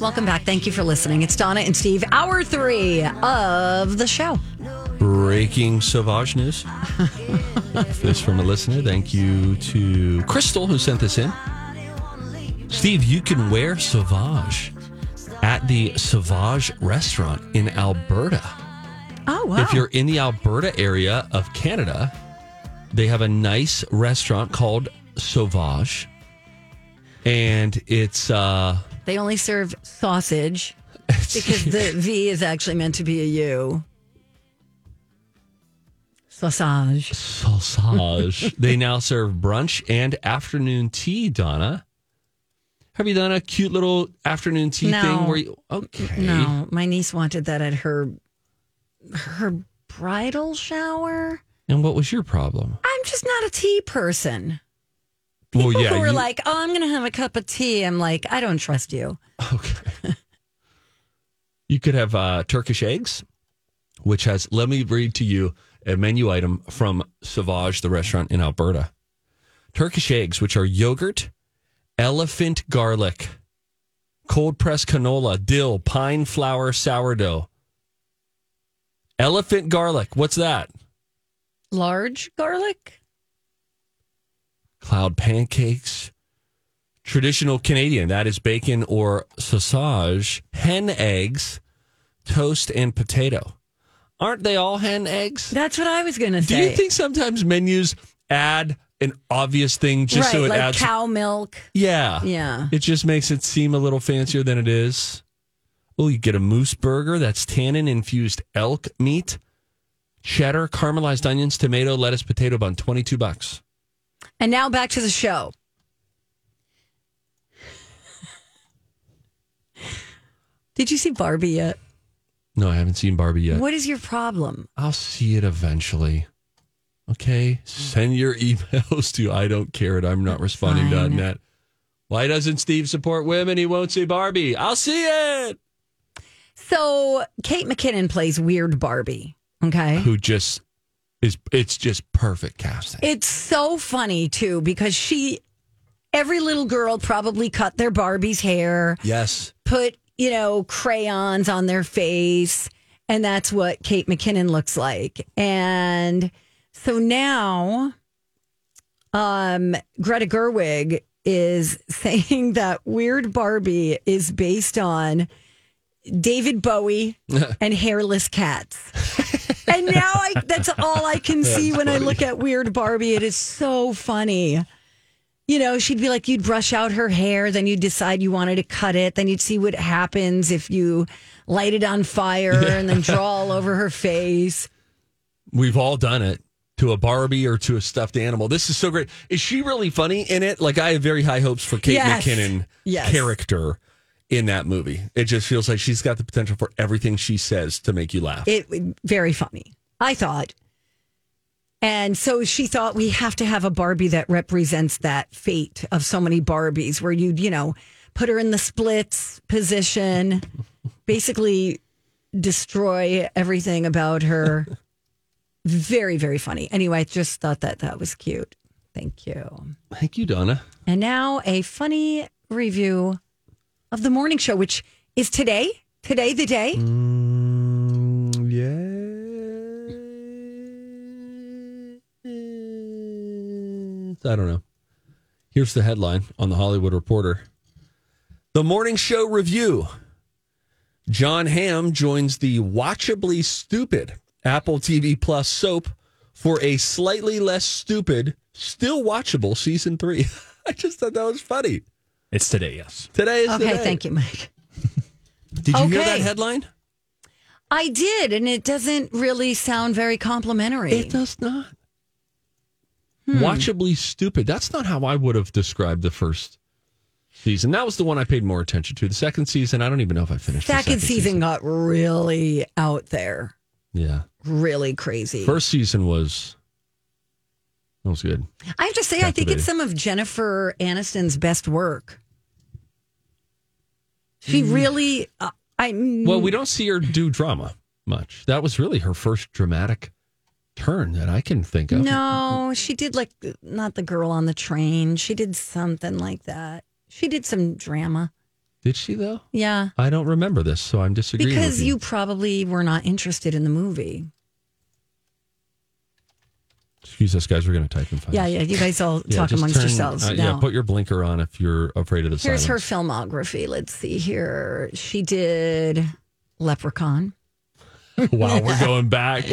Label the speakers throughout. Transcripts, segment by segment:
Speaker 1: Welcome back. Thank you for listening. It's Donna and Steve, hour three of the show.
Speaker 2: Breaking Sauvage News. this from a listener. Thank you to Crystal who sent this in. Steve, you can wear Sauvage at the Sauvage restaurant in Alberta.
Speaker 1: Oh, wow.
Speaker 2: If you're in the Alberta area of Canada, they have a nice restaurant called Sauvage. And it's uh
Speaker 1: they only serve sausage because the V is actually meant to be a U. Sausage.
Speaker 2: sausage. they now serve brunch and afternoon tea, Donna. Have you done a cute little afternoon tea
Speaker 1: No.
Speaker 2: thing where you Okay.
Speaker 1: No, my niece wanted that at her her bridal shower.
Speaker 2: And what was your problem?
Speaker 1: I'm just not a tea person.
Speaker 2: Well,
Speaker 1: People who are
Speaker 2: you-
Speaker 1: like, "Oh, I'm going to have a cup of tea." I'm like, "I don't trust you."
Speaker 2: Okay. you could have uh, Turkish eggs, which has, let me read to you a menu item from Sauvage, the restaurant in Alberta. Turkish eggs, which are yogurt, elephant garlic, cold pressed canola, dill, pine flour, sourdough. Elephant garlic, what's that?
Speaker 1: Large garlic?
Speaker 2: Cloud pancakes, traditional Canadian, that is bacon or sausage, hen eggs, toast, and potato. Aren't they all hen eggs?
Speaker 1: That's what I was going to
Speaker 2: Do
Speaker 1: say.
Speaker 2: you think sometimes menus add an obvious thing just
Speaker 1: right,
Speaker 2: so it
Speaker 1: like
Speaker 2: adds?
Speaker 1: cow milk.
Speaker 2: yeah.
Speaker 1: Yeah.
Speaker 2: It just makes it seem a little fancier than it is. Oh, you get a moose burger that's tannin infused elk meat, cheddar, caramelized onions, tomato, lettuce, potato bun, 22 bucks.
Speaker 1: And now back to the show. Did you see Barbie yet?
Speaker 2: No, I haven't seen Barbie yet.
Speaker 1: What is your problem?
Speaker 2: I'll see it eventually. Okay. Send your emails to I don't care it. I'm not responding to
Speaker 1: Fine.
Speaker 2: net. Why doesn't Steve support women? He won't see Barbie. I'll see it.
Speaker 1: So Kate McKinnon plays weird Barbie. Okay.
Speaker 2: Who just is it's just perfect casting.
Speaker 1: It's so funny too because she every little girl probably cut their Barbie's hair,
Speaker 2: yes.
Speaker 1: put, you know, crayons on their face, and that's what Kate McKinnon looks like. And so now um Greta Gerwig is saying that Weird Barbie is based on David Bowie and hairless cats. and now I, that's all I can see when I look at Weird Barbie. It is so funny. You know, she'd be like, you'd brush out her hair, then you'd decide you wanted to cut it, then you'd see what happens if you light it on fire and then draw all over her face.
Speaker 2: We've all done it to a Barbie or to a stuffed animal. This is so great. Is she really funny in it? Like I have very high hopes for Kate
Speaker 1: Yes.
Speaker 2: McKinnon
Speaker 1: Yes.
Speaker 2: character in that movie. It just feels like she's got the potential for everything she says to make you laugh.
Speaker 1: It very funny, I thought. And so she thought we have to have a Barbie that represents that fate of so many Barbies, where you'd you know put her in the splits position, basically destroy everything about her. very very funny. Anyway, I just thought that that was cute. Thank you.
Speaker 2: Thank you, Donna.
Speaker 1: And now a funny review of the morning show, which is today. Today the day.
Speaker 2: Mm, Yeah. I don't know. Here's the headline on the Hollywood Reporter The morning show review. John Hamm joins the watchably stupid Apple TV Plus soap for a slightly less stupid, still watchable season three. I just thought that was funny.
Speaker 3: It's today, yes.
Speaker 2: Today is
Speaker 1: Okay,
Speaker 2: the day.
Speaker 1: thank you, Mike.
Speaker 2: Did you hear
Speaker 1: Okay.
Speaker 2: that headline?
Speaker 1: I did, and it doesn't really sound very complimentary.
Speaker 2: It does not.
Speaker 1: Hmm.
Speaker 2: Watchably stupid. That's not how I would have described the first season. That was the one I paid more attention to. The second season, I don't even know if I finished. the
Speaker 1: Second, season, got really out there,
Speaker 2: Yeah.
Speaker 1: really crazy.
Speaker 2: First season was that was good.
Speaker 1: I have to say, I think
Speaker 2: captivating.
Speaker 1: it's some of Jennifer Aniston's best work. She really, uh, I
Speaker 2: Mm. Well, we don't see her do drama much. That was really her first dramatic turn that I can think of.
Speaker 1: No, she did like not the girl on the train. She did something like that. She did some drama.
Speaker 2: Did she though?
Speaker 1: Yeah.
Speaker 2: I don't remember this, so I'm disagreeing.
Speaker 1: Because
Speaker 2: with
Speaker 1: you probably were not interested in the movie.
Speaker 2: excuse us, guys. We're going to type and find.
Speaker 1: Yeah,
Speaker 2: us.
Speaker 1: yeah. You guys all
Speaker 2: Yeah,
Speaker 1: talk
Speaker 2: just
Speaker 1: amongst
Speaker 2: turn-
Speaker 1: yourselves.
Speaker 2: uh,
Speaker 1: now.
Speaker 2: Yeah, put your blinker on if you're afraid of the
Speaker 1: Here's her
Speaker 2: silence.
Speaker 1: filmography. Let's see here. She did Leprechaun.
Speaker 2: wow, we're going back.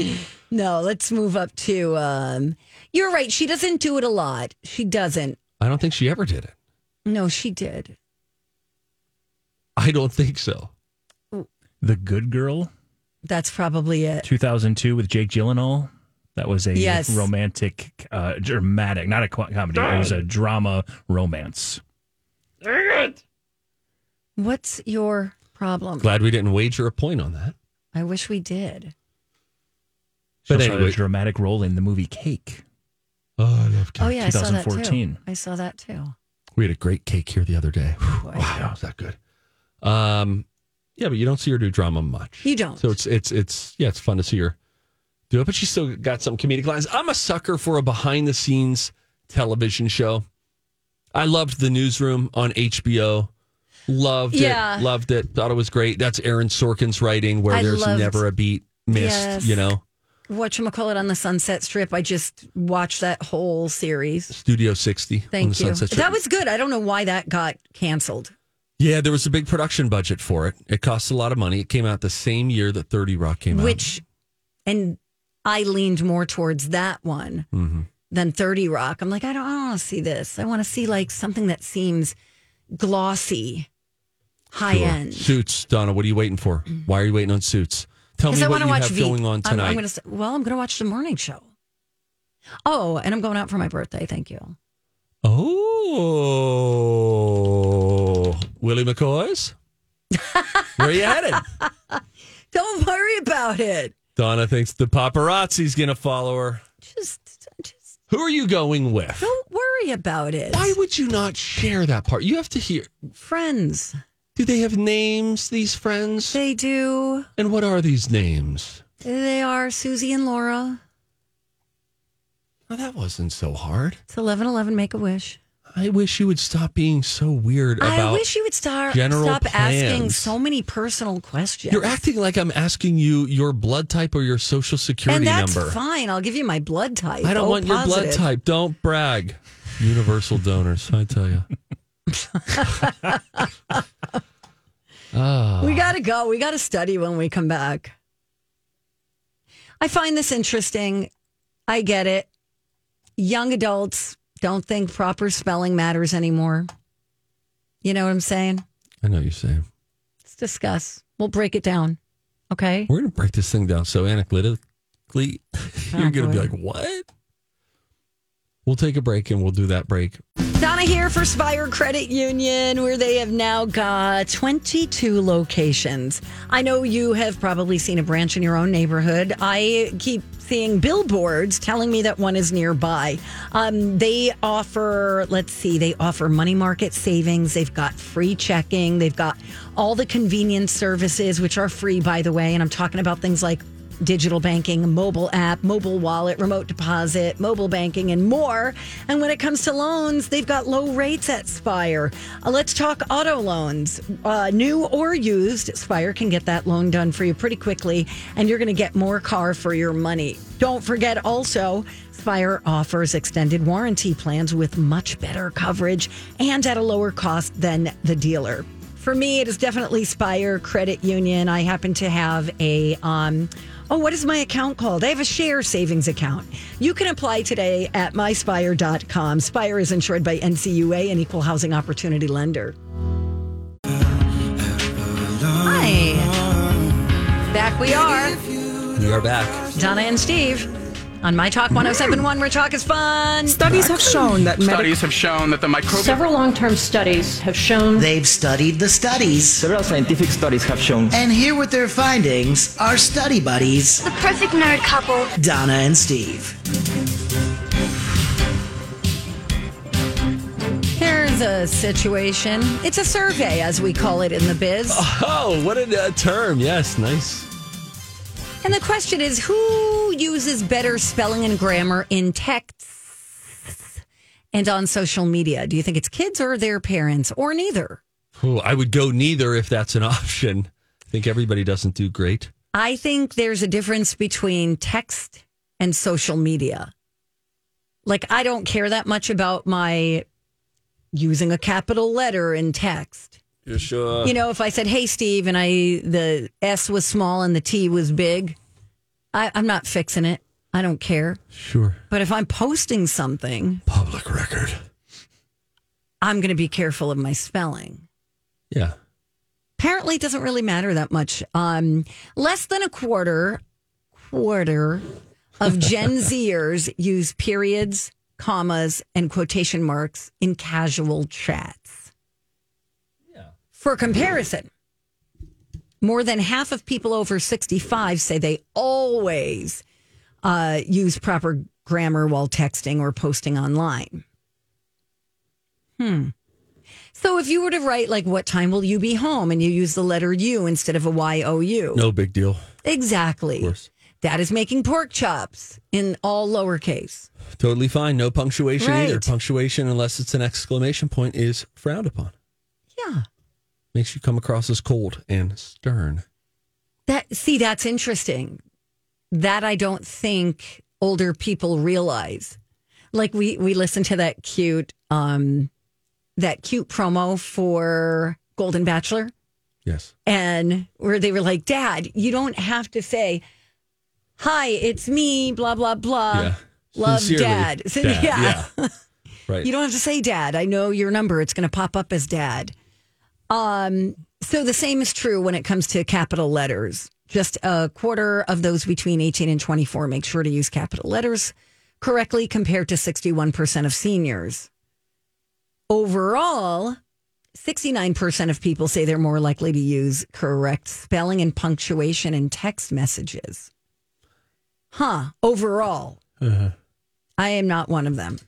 Speaker 1: No, let's move up to. Um, you're right. She doesn't do it a lot. She doesn't.
Speaker 2: I don't think she ever did it.
Speaker 1: No, she did.
Speaker 2: I don't think so.
Speaker 3: The Good Girl,
Speaker 1: That's probably it.
Speaker 3: 2002 with Jake Gyllenhaal. That was a
Speaker 1: Yes.
Speaker 3: romantic, uh, dramatic, not a co- comedy. It was a drama romance.
Speaker 1: What's your problem?
Speaker 2: Glad we didn't wager a point on that.
Speaker 1: I wish we did.
Speaker 3: She
Speaker 2: But
Speaker 3: also had
Speaker 2: anyway-
Speaker 3: a dramatic role in the movie Cake.
Speaker 2: Oh, I love cake.
Speaker 1: Oh yeah, I saw that too.
Speaker 3: 2014.
Speaker 1: I saw that too.
Speaker 2: We had a great cake here the other day. Whew, wow, is that good? Um, yeah, but you don't see her do drama much.
Speaker 1: You don't.
Speaker 2: So it's it's it's yeah, it's fun to see her do it. But she's still got some comedic lines. I'm a sucker for a behind the scenes television show. I loved the newsroom on HBO. Loved
Speaker 1: Yeah.
Speaker 2: it. Loved it. Thought it was great. That's Aaron Sorkin's writing, where
Speaker 1: I
Speaker 2: there's
Speaker 1: loved-
Speaker 2: never a beat missed.
Speaker 1: Yes.
Speaker 2: You know,
Speaker 1: What you call it on the Sunset Strip? I just watched that whole series.
Speaker 2: Studio 60. on
Speaker 1: Thank
Speaker 2: the
Speaker 1: you.
Speaker 2: Sunset Strip.
Speaker 1: That was good. I don't know why that got canceled.
Speaker 2: Yeah, there was a big production budget for it. It cost a lot of money. It came out the same year that 30 Rock came out.
Speaker 1: Which, and I leaned more towards that one
Speaker 2: Mm-hmm.
Speaker 1: than 30 Rock. I'm like, I don't, I don't want to see this. I want to see like something that seems glossy, high
Speaker 2: Sure.
Speaker 1: end.
Speaker 2: Suits, Donna, what are you waiting for? Why are you waiting on Suits? Tell me
Speaker 1: I
Speaker 2: what
Speaker 1: want
Speaker 2: you
Speaker 1: to watch
Speaker 2: have
Speaker 1: V.
Speaker 2: going on
Speaker 1: I'm-
Speaker 2: tonight.
Speaker 1: I'm gonna, s- well, I'm going to watch the morning show. Oh, and I'm going out for my birthday. Thank you.
Speaker 2: Oh, Willie McCoy's? Where are you headed?
Speaker 1: Don't worry about it.
Speaker 2: Donna thinks the paparazzi's going to follow her.
Speaker 1: Just, just
Speaker 2: Who are you going with?
Speaker 1: don't worry about it.
Speaker 2: Why would you not share that part? You have to hear.
Speaker 1: Friends,
Speaker 2: Do they have names, these friends?
Speaker 1: they do.
Speaker 2: And what are these names?
Speaker 1: They are Susie and Laura.
Speaker 2: Well, that wasn't so hard.
Speaker 1: It's 1111 Make a Wish.
Speaker 2: I wish you would stop being so weird about.
Speaker 1: I wish you would start
Speaker 2: general
Speaker 1: stop asking
Speaker 2: plans.
Speaker 1: so many personal questions.
Speaker 2: You're acting like I'm asking you your blood type or your social security
Speaker 1: and that's
Speaker 2: number.
Speaker 1: fine. I'll give you my blood type.
Speaker 2: I don't
Speaker 1: O
Speaker 2: want your blood
Speaker 1: positive.
Speaker 2: type. Don't brag. Universal donors, I tell you. Ah,
Speaker 1: We got to go. We got to study when we come back. I find this interesting. I get it. Young adults don't think proper spelling matters anymore. You know what I'm saying?
Speaker 2: I know you're saying.
Speaker 1: Let's discuss. We'll break it down. Okay.
Speaker 2: We're going to break this thing down so analytically, you're going to be
Speaker 1: Oh, boy.
Speaker 2: like, what? We'll take a break and we'll do that break.
Speaker 1: Donna here for Spire Credit Union, where they have now got 22 locations. I know you have probably seen a branch in your own neighborhood. I keep seeing billboards telling me that one is nearby. Um, they offer, let's see, they offer money market savings. They've got free checking. They've got all the convenience services, which are free, by the way. And I'm talking about things like digital banking, mobile app, mobile wallet, remote deposit, mobile banking, and more. And when it comes to loans, they've got low rates at Spire. Uh, let's talk auto loans. Uh, new or used, Spire can get that loan done for you pretty quickly, and you're going to get more car for your money. Don't forget also, Spire offers extended warranty plans with much better coverage and at a lower cost than the dealer. for me, it is definitely Spire Credit Union. I happen to have a um, oh, what is my account called? I have a share savings account. You can apply today at myspire.com. Spire is insured by NCUA and Equal Housing Opportunity Lender. Hi, back we are.
Speaker 2: We are back.
Speaker 1: Donna and Steve on My Talk 1071, where talk is fun.
Speaker 4: Studies have shown that medical
Speaker 5: Studies have shown that the microbial
Speaker 6: Several long term studies have shown
Speaker 7: They've studied the studies.
Speaker 8: Several scientific studies have shown
Speaker 7: And here with their findings are study buddies,
Speaker 9: The perfect nerd couple.
Speaker 7: Donna and Steve.
Speaker 1: Here's a situation. It's a survey, as we call it in the biz.
Speaker 2: Oh, what a uh, term. Yes, nice.
Speaker 1: And the question is who uses better spelling and grammar in texts and on social media? Do you think it's kids or their parents or neither?
Speaker 2: Ooh, I would go neither if that's an option. I think everybody doesn't do great.
Speaker 1: I think there's a difference between text and social media. Like, I don't care that much about my using a capital letter in text.
Speaker 2: You're sure?
Speaker 1: you know, if I said, "Hey, Steve," and I the S was small and the T was big, I, I'm not fixing it. I don't care.
Speaker 2: Sure.
Speaker 1: But if I'm posting something,
Speaker 2: Public record.
Speaker 1: I'm going to be careful of my spelling.
Speaker 2: Yeah.
Speaker 1: Apparently, it doesn't really matter that much. Um, less than a quarter, quarter of Gen Zers use periods, commas, and quotation marks in casual chats. For comparison, more than half of people over 65 say they always uh, use proper grammar while texting or posting online. Hmm. So if you were to write, like, what time will you be home? And you use the letter U instead of a Y O U.
Speaker 2: No big deal.
Speaker 1: Exactly. That is making pork chops in all lowercase.
Speaker 2: Totally fine. No punctuation either.
Speaker 1: Right.
Speaker 2: Punctuation, unless it's an exclamation point, is frowned upon.
Speaker 1: Yeah.
Speaker 2: Makes you come across as cold and stern.
Speaker 1: That see, that's interesting. That I don't think older people realize. Like we we listened to that cute um that cute promo for Golden Bachelor
Speaker 2: Yes.
Speaker 1: and where they were like, Dad, you don't have to say, Hi, it's me, blah, blah, blah.
Speaker 2: Yeah.
Speaker 1: Uh, Love
Speaker 2: Sincerely,
Speaker 1: dad. Sin-
Speaker 2: Dad,
Speaker 1: yeah.
Speaker 2: Right.
Speaker 1: You don't have to say dad. I know your number. It's going to pop up as dad. Um, so the same is true when it comes to capital letters. Just a quarter of those between 18 and 24 make sure to use capital letters correctly compared to 61% of seniors. Overall, 69% of people say they're more likely to use correct spelling and punctuation in text messages. Huh, overall. I am not one of them.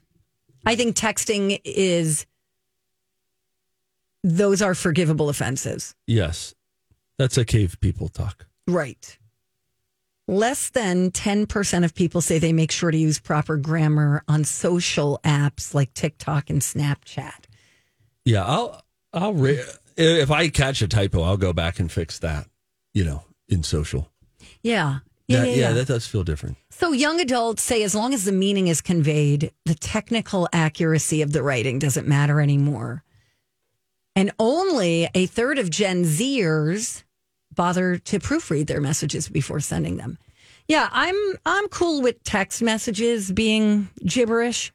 Speaker 1: I think texting is those are forgivable offenses.
Speaker 2: Yes. That's a cave people talk.
Speaker 1: Right. Less than 10% of people say they make sure to use proper grammar on social apps like TikTok and Snapchat.
Speaker 2: Yeah. I'll, I'll, re- if I catch a typo, I'll go back and fix that, you know, in social.
Speaker 1: Yeah.
Speaker 2: That- that does feel different.
Speaker 1: So young adults say as long as the meaning is conveyed, the technical accuracy of the writing doesn't matter anymore. And only a third of Gen Zers bother to proofread their messages before sending them. Yeah, I'm I'm cool with text messages being gibberish.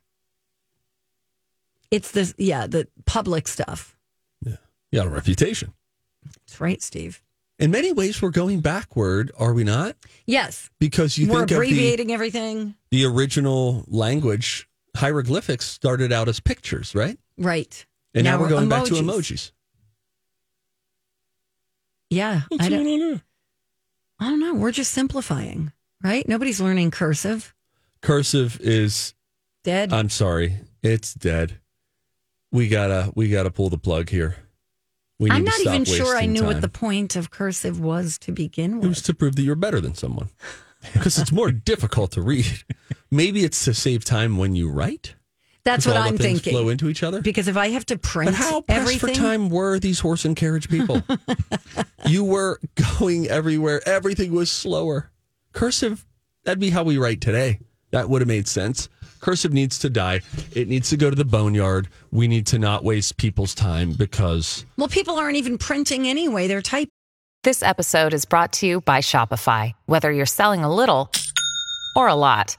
Speaker 1: It's the yeah, the public stuff.
Speaker 2: You got a reputation.
Speaker 1: That's right, Steve.
Speaker 2: In many ways, we're going backward, are we not?
Speaker 1: Yes.
Speaker 2: Because you
Speaker 1: We're
Speaker 2: think of the,
Speaker 1: abbreviating everything.
Speaker 2: the original language, hieroglyphics started out as pictures, right?
Speaker 1: Right.
Speaker 2: And now, we're going back to emojis.
Speaker 1: Yeah. I don't,
Speaker 2: on there?
Speaker 1: I don't know. We're just simplifying, right? Nobody's learning cursive.
Speaker 2: Cursive is,
Speaker 1: Dead.
Speaker 2: I'm sorry, it's dead. We gotta, we gotta pull the plug here. We need
Speaker 1: I'm
Speaker 2: to
Speaker 1: not
Speaker 2: stop
Speaker 1: even sure I
Speaker 2: wasting
Speaker 1: knew what
Speaker 2: time.
Speaker 1: the point of cursive was to begin
Speaker 2: It was
Speaker 1: with.
Speaker 2: to prove that you're better than someone, because it's more difficult to read. Maybe it's to save time when you write.
Speaker 1: That's
Speaker 2: 'cause
Speaker 1: what
Speaker 2: all the
Speaker 1: I'm
Speaker 2: things
Speaker 1: thinking.
Speaker 2: Flow into each other.
Speaker 1: because if I have to print
Speaker 2: But how pressed
Speaker 1: everything,
Speaker 2: for time were these horse and carriage people? you were going everywhere. Everything was slower. Cursive, that'd be how we write today. That would have made sense. Cursive needs to die. It needs to go to the boneyard. We need to not waste people's time because
Speaker 1: Well, people aren't even printing anyway; they're typing.
Speaker 5: This episode is brought to you by Shopify. Whether you're selling a little or a lot,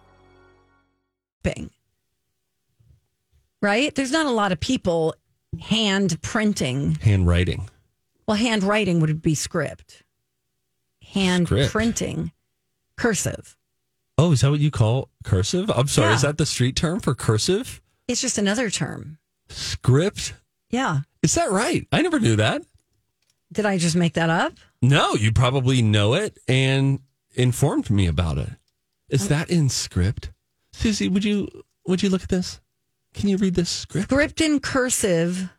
Speaker 1: Right? There's not a lot of people hand printing.
Speaker 2: handwriting.
Speaker 1: Well, handwriting would be script. Hand
Speaker 2: Script.
Speaker 1: printing, cursive.
Speaker 2: Oh, is that what you call cursive? I'm sorry. Is
Speaker 1: Yeah.
Speaker 2: that the street term for cursive?
Speaker 1: It's just another term.
Speaker 2: Script?
Speaker 1: Yeah.
Speaker 2: Is that right? I never knew that.
Speaker 1: Did I just make that up?
Speaker 2: No, you probably know it and informed me about it.
Speaker 1: Oh.
Speaker 2: Is that in script? Susie, would you would you look at this? Can you read this script?
Speaker 1: Script and cursive,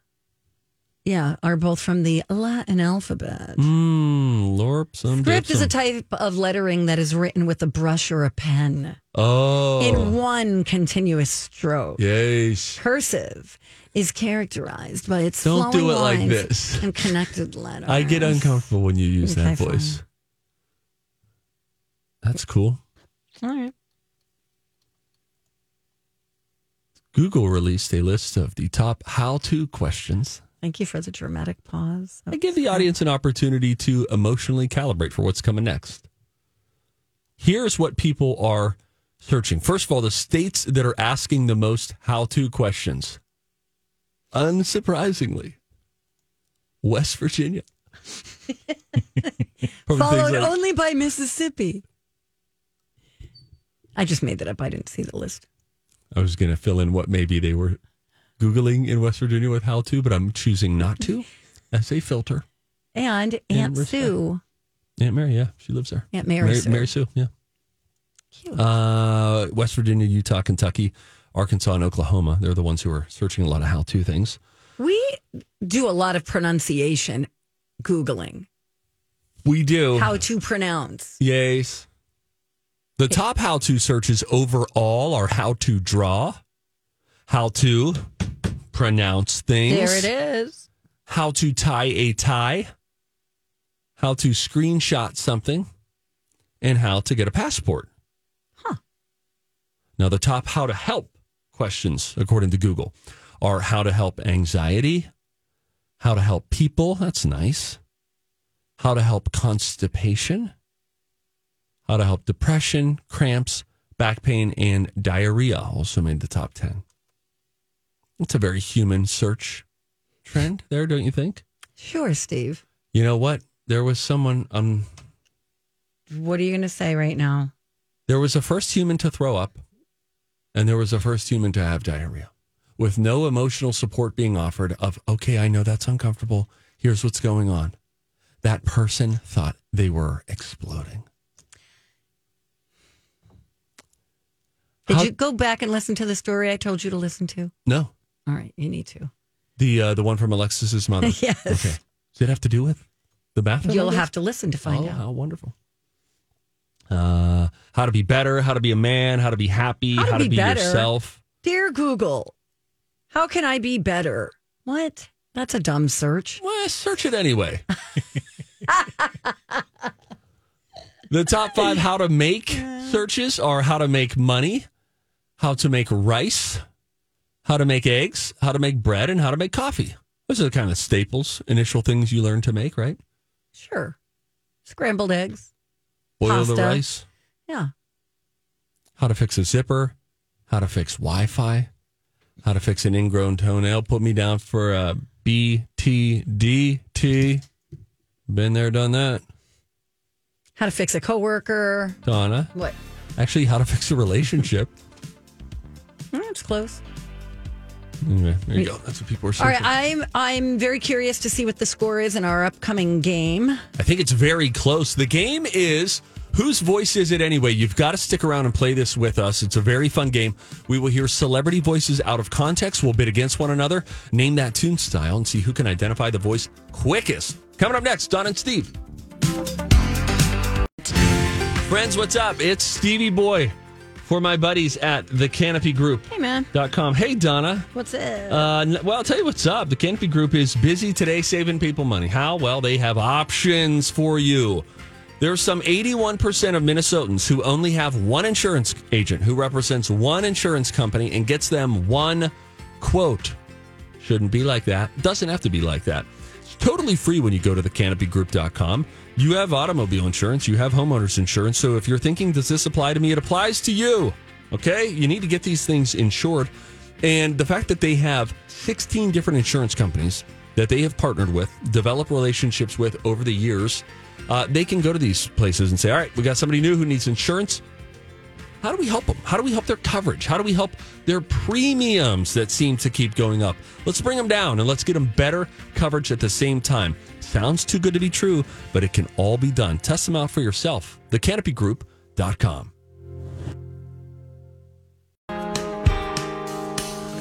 Speaker 1: yeah, are both from the Latin alphabet.
Speaker 2: Mmm, lorp some
Speaker 1: Script is a
Speaker 2: gypsum.
Speaker 1: type of lettering that is written with a brush or a pen
Speaker 2: Oh.
Speaker 1: in one continuous stroke.
Speaker 2: Yes.
Speaker 1: Cursive is characterized by its
Speaker 2: Don't
Speaker 1: flowing
Speaker 2: do it like
Speaker 1: lines
Speaker 2: this.
Speaker 1: and connected letters.
Speaker 2: I get uncomfortable when you use that
Speaker 1: Okay, fine.
Speaker 2: voice. That's cool.
Speaker 1: All right.
Speaker 2: Google released a list of the top how to questions
Speaker 1: Thank you for the dramatic pause.
Speaker 2: I give the audience an opportunity to emotionally calibrate for what's coming next. Here's what people are searching. First of all, the states that are asking the most how to questions. Unsurprisingly, West Virginia. From things
Speaker 1: Followed
Speaker 2: like-
Speaker 1: only by Mississippi. I just made that up. I didn't see the list.
Speaker 2: I was going to fill in what maybe they were Googling in West Virginia with how to, but I'm choosing not to as a filter.
Speaker 1: And
Speaker 2: And
Speaker 1: Aunt
Speaker 2: respect.
Speaker 1: Sue.
Speaker 2: Aunt Mary, yeah, she lives there.
Speaker 1: Aunt Mary Sue.
Speaker 2: Mary Sue, yeah. Uh, West Virginia, Utah, Kentucky, Arkansas, and Oklahoma. They're the ones who are searching a lot of how to things.
Speaker 1: We do a lot of pronunciation Googling,
Speaker 2: We do.
Speaker 1: how to pronounce.
Speaker 2: Yes. The top how to searches overall are how to draw, how to pronounce things,
Speaker 1: There it is.
Speaker 2: how to tie a tie, how to screenshot something, and how to get a passport.
Speaker 1: Huh.
Speaker 2: Now, the top how to help questions, according to Google, are how to help anxiety, how to help people, that's nice, how to help constipation, how to help depression, cramps, back pain, and diarrhea also made the top 10. It's a very human search trend there, don't you think?
Speaker 1: Sure, Steve.
Speaker 2: You know what? There was someone, um,
Speaker 1: What are you going to say right now?
Speaker 2: There was a first human to throw up, and there was a first human to have diarrhea, with no emotional support being offered. Of okay, I know that's uncomfortable. Here's what's going on. That person thought they were exploding.
Speaker 1: Did
Speaker 2: How-
Speaker 1: you go back and listen to the story I told you to listen to?
Speaker 2: No,
Speaker 1: All right, you need to.
Speaker 2: the uh, the one from Alexis's mother.
Speaker 1: Yes.
Speaker 2: Okay. Does it have to do with the bathroom?
Speaker 1: You'll
Speaker 2: I guess?
Speaker 1: have to listen to find
Speaker 2: oh,
Speaker 1: out.
Speaker 2: how wonderful. Uh, how to be better, how to be a man, how to be happy,
Speaker 1: How to be
Speaker 2: be
Speaker 1: better.
Speaker 2: yourself.
Speaker 1: Dear Google, how can I be better? What? That's a dumb search.
Speaker 2: Well, search it anyway. the top five how to make searches are how to make money, how to make rice, how to make eggs, how to make bread, and how to make coffee. Those are the kind of staples, initial things you learn to make, right?
Speaker 1: Sure. Scrambled eggs.
Speaker 2: Boil the
Speaker 1: Pasta.
Speaker 2: rice,
Speaker 1: Yeah.
Speaker 2: how to fix a zipper, how to fix Wi Fi, how to fix an ingrown toenail. Put me down for a BTDT. Been there, done that,
Speaker 1: How to fix a coworker.
Speaker 2: Donna.
Speaker 1: What?
Speaker 2: Actually, how to fix a relationship.
Speaker 1: Mm, it's close.
Speaker 2: Anyway, there you go. That's what people are
Speaker 1: All
Speaker 2: searching.
Speaker 1: right, I'm I'm very curious to see what the score is in our upcoming game.
Speaker 2: I think it's very close. The game is whose voice is it anyway? You've got to stick around and play this with us. It's a very fun game. We will hear celebrity voices out of context. We'll bid against one another, name that tune style, and see who can identify the voice quickest. Coming up next, Don and Steve. Friends, what's up? It's Stevie Boy for my buddies at the Canopy Group.
Speaker 1: Hey man,
Speaker 2: Dot com. Hey, Donna.
Speaker 1: what's it?
Speaker 2: Uh, n- well, I'll tell you what's up. The Canopy Group is busy today saving people money. How? Well, they have options for you. There's some 81% of Minnesotans who only have one insurance agent who represents one insurance company and gets them one quote. Shouldn't be like that. Doesn't have to be like that. It's totally free when you go to thecanopygroup.com. You have automobile insurance, you have homeowners insurance. So if you're thinking, does this apply to me? It applies to you. Okay? You need to get these things insured. And the fact that they have 16 different insurance companies that they have partnered with, developed relationships with over the years, uh, they can go to these places and say, all right, we got somebody new who needs insurance. How do we help them? How do we help their coverage? How do we help their premiums that seem to keep going up? Let's bring them down and let's get them better coverage at the same time. Sounds too good to be true, but it can all be done. Test them out for yourself. TheCanopyGroup.com.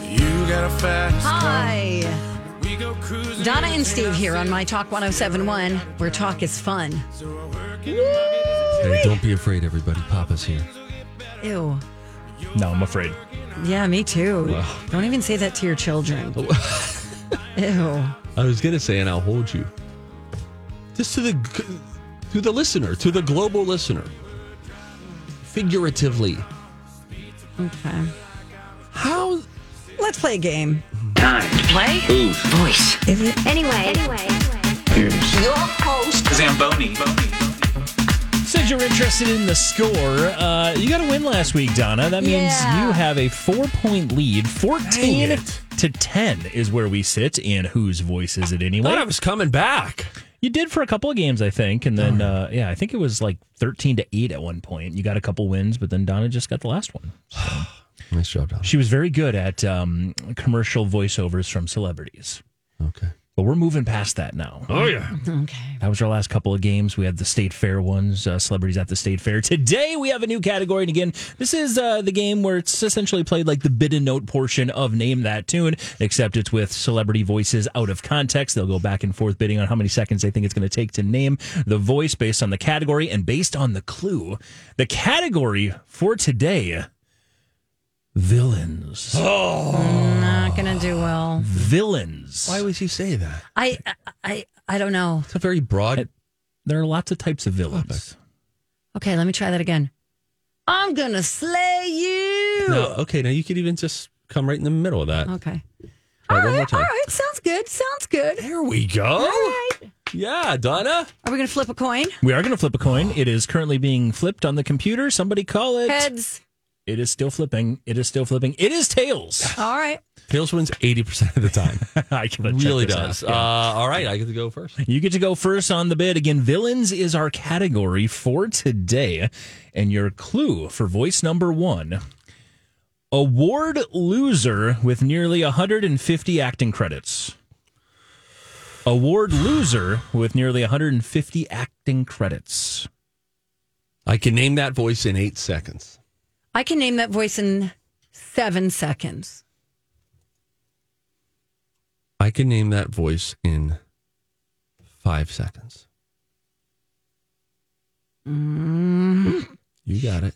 Speaker 9: You got a fast
Speaker 1: Hi,
Speaker 9: car. We go cruising.
Speaker 1: Donna and Steve here on My Talk 1071, where talk is fun.
Speaker 2: Hey, don't be afraid, everybody. Papa's here.
Speaker 1: Ew.
Speaker 3: No, I'm afraid.
Speaker 1: Yeah, me too. Don't even say that to your children. Ew.
Speaker 2: I was going to say, and I'll hold you. Just to the g- to the listener, to the global listener, figuratively.
Speaker 1: Okay.
Speaker 2: How?
Speaker 1: Let's play a game.
Speaker 10: Play? Voice. Anyway. Anyway.
Speaker 9: Zamboni.
Speaker 3: Said you're interested in the score. Uh, you got a win last week, Donna. That means
Speaker 1: Yeah.
Speaker 3: you have a four point lead. 14
Speaker 2: Dang it.
Speaker 3: to 10 is where we sit. And whose voice is it
Speaker 2: Thought I
Speaker 3: anyway?
Speaker 2: was coming back.
Speaker 3: You did for a couple of games, I think. And then, uh, yeah, I think it was like 13 to 8 at one point. You got a couple wins, but then Donna just got the last one.
Speaker 2: Nice job, Don.
Speaker 3: She was very good at um, commercial voiceovers from celebrities.
Speaker 2: Okay.
Speaker 3: But we're moving past that now.
Speaker 2: Oh yeah.
Speaker 1: Okay.
Speaker 3: That was our last couple of games. We had the state fair ones, uh, celebrities at the state fair. Today we have a new category, and again, this is uh, the game where it's essentially played like the bid and note portion of Name That Tune, except it's with celebrity voices out of context. They'll go back and forth bidding on how many seconds they think it's going to take to name the voice based on the category and based on the clue. The category for today: villains.
Speaker 1: Not gonna do well.
Speaker 3: Villains.
Speaker 2: Why would you say that?
Speaker 1: I I I, I don't know.
Speaker 2: It's a very broad.
Speaker 3: there are lots of types of villains.
Speaker 1: Okay, let me try that again. I'm gonna slay you.
Speaker 2: No. Okay. Now you could even just come right in the middle of that.
Speaker 1: Okay.
Speaker 2: Try
Speaker 1: all
Speaker 2: one more
Speaker 1: right, all
Speaker 2: time.
Speaker 1: right. Sounds good. Sounds good.
Speaker 2: There we go.
Speaker 1: All right.
Speaker 2: Yeah, Donna.
Speaker 1: Are we gonna flip a coin?
Speaker 3: We are going to flip a coin. It is currently being flipped on the computer. Somebody call it.
Speaker 1: Heads.
Speaker 3: It is still flipping. It is still flipping. It is tails.
Speaker 1: All right.
Speaker 2: Tails wins eighty percent of the time.
Speaker 3: I can check
Speaker 2: really
Speaker 3: this out.
Speaker 2: does.
Speaker 3: Yeah.
Speaker 2: Uh, all right, I get to go first.
Speaker 3: You get to go first on the bid. Again, villains is our category for today. And your clue for voice number one award loser with nearly 150 acting credits. Award loser with nearly 150 acting credits.
Speaker 2: I can name that voice in eight seconds.
Speaker 1: I can name that voice in seven seconds.
Speaker 2: I can name that voice in five seconds. Mm-hmm. You got it.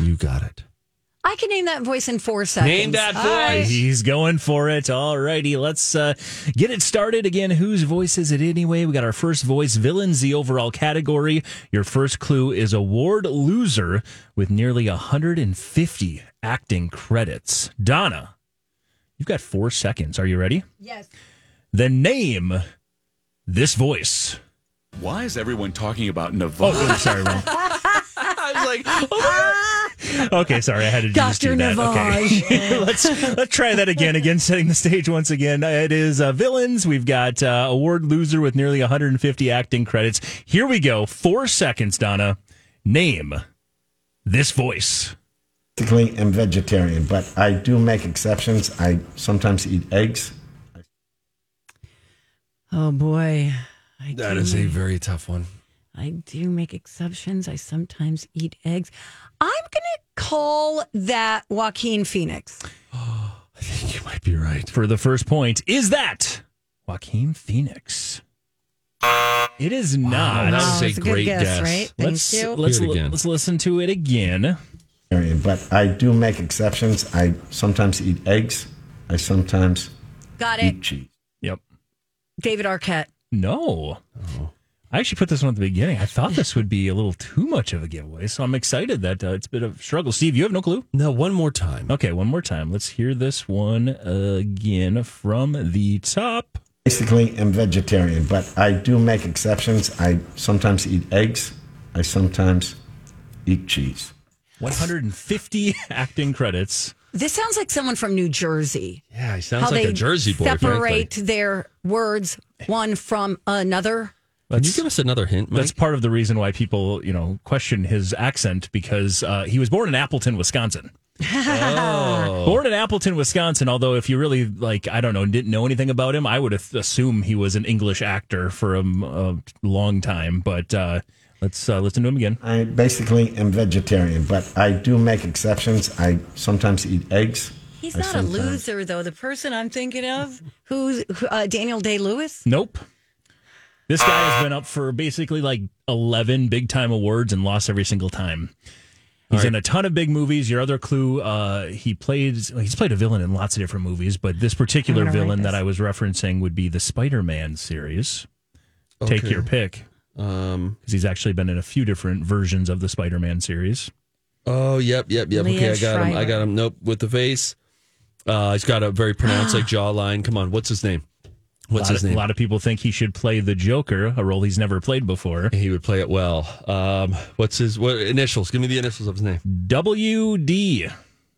Speaker 2: You got it.
Speaker 1: I can name that voice in four seconds.
Speaker 2: Name that
Speaker 1: All right.
Speaker 2: voice.
Speaker 3: He's going for it. All righty, let's uh, get it started again. Whose voice is it anyway? We got our first voice, villains, the overall category. Your first clue is award loser with nearly 150 acting credits. Donna, you've got four seconds. Are you ready?
Speaker 1: Yes.
Speaker 3: The name, this voice.
Speaker 9: Why is everyone talking about
Speaker 3: Oh,
Speaker 9: Navarre?
Speaker 3: really, sorry, wrong.
Speaker 2: I was like, oh my God.
Speaker 3: Okay, sorry, I had to just
Speaker 1: Dr.
Speaker 3: do that.
Speaker 1: Navage.
Speaker 3: Okay. let's let's try that again. Again, setting the stage once again. It is uh, villains. We've got uh, award loser with nearly 150 acting credits. Here we go. Four seconds, Donna. Name this voice.
Speaker 11: Basically, am vegetarian, but I do make exceptions. I sometimes eat eggs.
Speaker 1: Oh boy.
Speaker 2: That is a very tough one.
Speaker 1: I do make exceptions. I sometimes eat eggs. I'm going to call that Joaquin Phoenix.
Speaker 3: You might be right. For the first point, is that Joaquin Phoenix? It is not.
Speaker 2: that was Wow, a that's a good great guess, guess. right? Thank
Speaker 3: Let's
Speaker 2: you.
Speaker 3: let's
Speaker 2: Hear it
Speaker 3: l-
Speaker 2: again.
Speaker 3: let's listen to it again.
Speaker 11: Vegetarian, But I do make exceptions. I sometimes eat eggs. I sometimes
Speaker 1: Got it.
Speaker 11: eat cheese.
Speaker 3: Yep.
Speaker 1: David Arquette.
Speaker 3: No. I actually put this one at the beginning. I thought this would be a little too much of a giveaway, so I'm excited that uh, it's been a struggle. Steve, you have no clue?
Speaker 2: No, one more time.
Speaker 3: Okay, one more time. Let's hear this one again from the top.
Speaker 11: Basically, am vegetarian, but I do make exceptions. I sometimes eat eggs. I sometimes eat cheese.
Speaker 3: 150 acting credits.
Speaker 1: This sounds like someone from New Jersey.
Speaker 2: Yeah, he sounds
Speaker 1: How
Speaker 2: like
Speaker 1: they
Speaker 2: a Jersey boy.
Speaker 1: Separate
Speaker 2: frankly.
Speaker 1: their words one from another.
Speaker 2: Can you give us another hint, Mike?
Speaker 3: That's part of the reason why people, you know, question his accent because uh, he was born in Appleton, Wisconsin. Born in Appleton, Wisconsin. Although, if you really like, I don't know, didn't know anything about him, I would have assume he was an English actor for a, m- a long time. But uh, let's uh, listen to him again.
Speaker 11: I basically am vegetarian, but I do make exceptions. I sometimes eat eggs.
Speaker 1: He's
Speaker 11: I
Speaker 1: not a
Speaker 11: sometimes-
Speaker 1: loser, though. The person I'm thinking of, who's uh, Daniel Day Lewis.
Speaker 3: Nope. This guy has been up for basically like eleven big time awards and lost every single time. He's in a ton of big movies. Your other clue, uh, he played he's played a villain in lots of different movies, but this particular
Speaker 1: I'm gonna write
Speaker 3: villain that
Speaker 1: this.
Speaker 3: I was referencing would be the Spider Man series. Take
Speaker 2: Okay.
Speaker 3: your pick.
Speaker 2: Um,
Speaker 3: Because he's actually been in a few different versions of the Spider Man series.
Speaker 2: Oh, yep, yep, yep. okay,
Speaker 1: Leah
Speaker 2: I got him. I
Speaker 1: Schreiber.
Speaker 2: got him. Nope, with the face. Uh, he's got a very pronounced
Speaker 1: Ah.
Speaker 2: like jawline. Come on, what's his name? What's
Speaker 3: a lot
Speaker 2: his
Speaker 3: of,
Speaker 2: name?
Speaker 3: A lot of people think he should play the Joker, a role he's never played before.
Speaker 2: he would play it well. Um, what's his what initials? Give me the initials of his name.
Speaker 3: WD.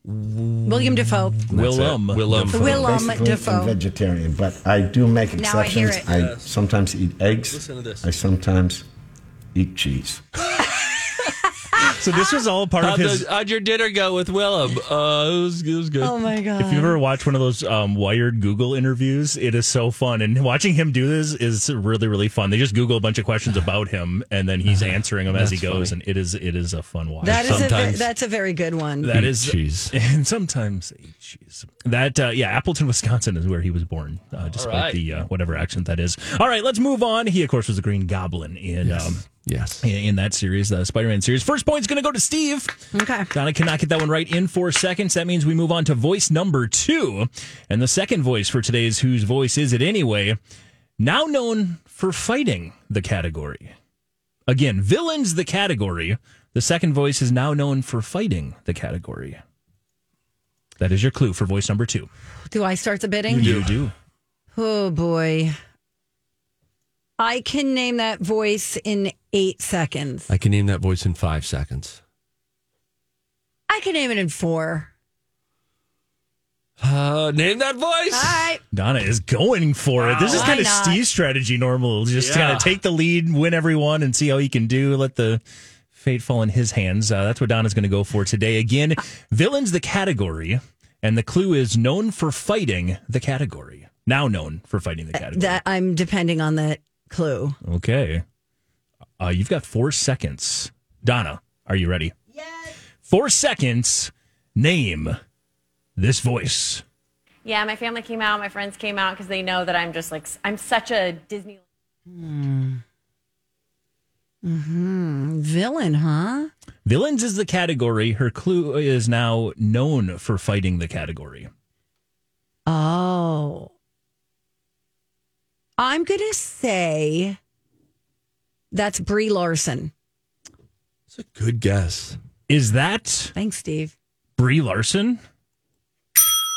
Speaker 1: William Defoe.
Speaker 11: That's it.
Speaker 3: Willem.
Speaker 2: Willem.
Speaker 3: Dafoe.
Speaker 1: Willem
Speaker 11: Basically,
Speaker 1: Dafoe.
Speaker 11: I'm vegetarian, but I do make
Speaker 1: Now I hear
Speaker 11: exceptions.
Speaker 1: it.
Speaker 11: I, sometimes eat eggs.
Speaker 2: Listen to this.
Speaker 11: I sometimes eat cheese.
Speaker 3: So this was all part of
Speaker 2: How'd,
Speaker 3: his.
Speaker 2: the- how'd your dinner go with Willem? Uh, it, was, it was good.
Speaker 1: Oh my god!
Speaker 3: If you've ever watched one of those um, Wired Google interviews, it is so fun. And watching him do this is really, really fun. They just Google a bunch of questions about him, and then he's answering them as he
Speaker 2: Uh-huh. That's
Speaker 3: goes.
Speaker 2: funny.
Speaker 3: And it is it is a fun watch.
Speaker 1: that is a, ve-
Speaker 2: sometimes-
Speaker 1: that's a very good one.
Speaker 3: that
Speaker 2: Eat
Speaker 3: is
Speaker 2: cheese.
Speaker 3: and sometimes eat cheese. That uh, yeah, Appleton, Wisconsin is where he was born, uh, despite
Speaker 2: right.
Speaker 3: the uh, whatever accent that is. All right, let's move on. He of course was a Green Goblin in um,
Speaker 2: Yes.
Speaker 3: in- in that series, the Spider-Man series. First point's going to go to Steve.
Speaker 1: okay.
Speaker 3: Donna cannot get that one right in four seconds. That means we move on to voice number two. And the second voice for today's Whose Voice Is It Anyway? Now known for fighting the category. Again, villains the category. The second voice is now known for fighting the category. That is your clue for voice number two.
Speaker 1: Do I start the bidding?
Speaker 3: You do.
Speaker 1: Oh boy. I can name that voice in eight seconds.
Speaker 2: I can name that voice in five seconds.
Speaker 1: I can name it in four.
Speaker 2: Uh, name that voice.
Speaker 1: All right.
Speaker 3: Donna is going for it. This is
Speaker 1: Why
Speaker 3: kind of
Speaker 1: not?
Speaker 3: Steve's strategy normal. Just
Speaker 2: Yeah.
Speaker 3: kind of take the lead, win everyone, and see how he can do. Let the fate fall in his hands. Uh, that's what Donna's going to go for today. Again, villains the category, and the clue is known for fighting the category. Now known for fighting the category.
Speaker 1: Uh, That I'm depending on that clue.
Speaker 3: okay. Uh, you've got four seconds. Donna, are you ready? Yes. Four seconds. Name this voice.
Speaker 12: Yeah, my family came out, my friends came out because they know that I'm just like, s- I'm such a Disney.
Speaker 1: Villain, huh?
Speaker 3: Villains is the category. Her clue is now known for fighting the category.
Speaker 1: Oh. I'm going to say that's Brie Larson.
Speaker 2: It's a good guess.
Speaker 3: Is that
Speaker 1: Thanks, Steve.
Speaker 3: Brie Larson?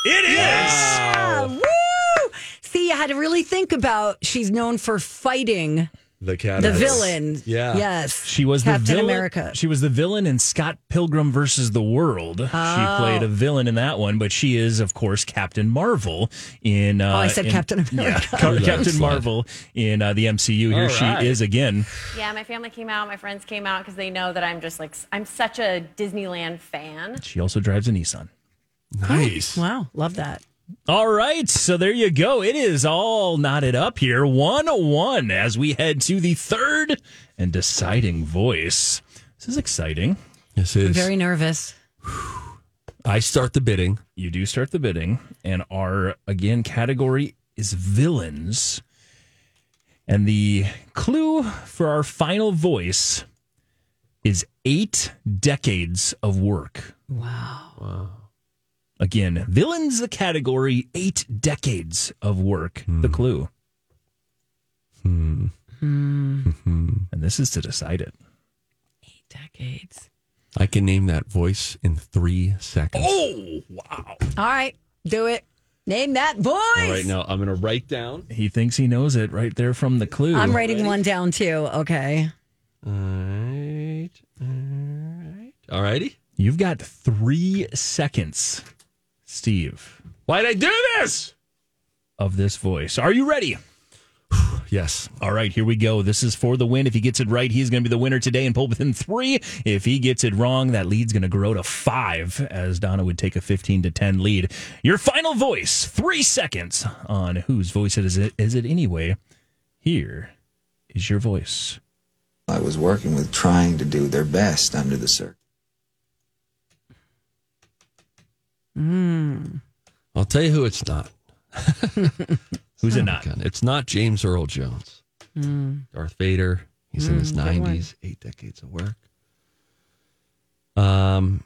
Speaker 3: It is. Oh.
Speaker 1: Ah, woo! See, I had to really think about she's known for fighting
Speaker 2: The cat.
Speaker 1: The
Speaker 2: eyes.
Speaker 1: villain.
Speaker 2: Yeah.
Speaker 1: Yes.
Speaker 3: She was
Speaker 1: Captain
Speaker 3: the villain.
Speaker 1: America.
Speaker 3: She was the villain in Scott Pilgrim versus the World.
Speaker 1: Oh.
Speaker 3: She played a villain in that one, but she is, of course, Captain Marvel in. Uh,
Speaker 1: Oh, I said
Speaker 3: in-
Speaker 1: Captain
Speaker 3: Yeah,
Speaker 1: America.
Speaker 3: Ca-
Speaker 2: Through that
Speaker 3: Captain
Speaker 2: slide.
Speaker 3: Marvel in uh, the MCU. Here
Speaker 2: All
Speaker 3: she
Speaker 2: right.
Speaker 3: is again.
Speaker 12: Yeah, my family came out, my friends came out because they know that I'm just like, I'm such a Disneyland fan.
Speaker 3: She also drives a Nissan.
Speaker 2: Nice.
Speaker 1: Wow. Love that.
Speaker 3: All right, so there you go. It is all knotted up here, one one, as we head to the third and deciding voice. This is exciting.
Speaker 2: This is.
Speaker 1: Very nervous.
Speaker 2: I start the bidding.
Speaker 3: You do start the bidding, and our again category is villains. And the clue for our final voice is eight decades of work.
Speaker 1: Wow.
Speaker 3: Again, villains the category, eight decades of work. The clue.
Speaker 2: Hmm.
Speaker 3: Hmm. And this is to decide it.
Speaker 1: Eight decades.
Speaker 2: I can name that voice in three seconds.
Speaker 3: Oh, wow.
Speaker 1: All right. Do it. Name that voice.
Speaker 2: All right, now I'm going to write down.
Speaker 3: He thinks he knows it right there from the clue.
Speaker 1: I'm writing one down too. Okay.
Speaker 2: All right. All right. All righty.
Speaker 3: You've got three seconds, Steve,
Speaker 2: Why'd I do this?
Speaker 3: of this voice. Are you ready?
Speaker 2: Yes.
Speaker 3: All right, here we go. This is for the win. If he gets it right, he's going to be the winner today and pull within three. If he gets it wrong, that lead's going to grow to five as Donna would take a 15 to 10 lead. Your final voice, three seconds on whose voice it is, it, is it anyway? Here is your voice.
Speaker 13: I was working with trying to do their best under the circumstances.
Speaker 1: Mm.
Speaker 2: I'll tell you who it's not.
Speaker 3: Who's it not?
Speaker 2: Gun. Oh It's not James Earl Jones.
Speaker 1: Mm.
Speaker 2: Darth Vader. He's in his
Speaker 1: Mm, good one.
Speaker 2: 90s, eight decades of work. Um,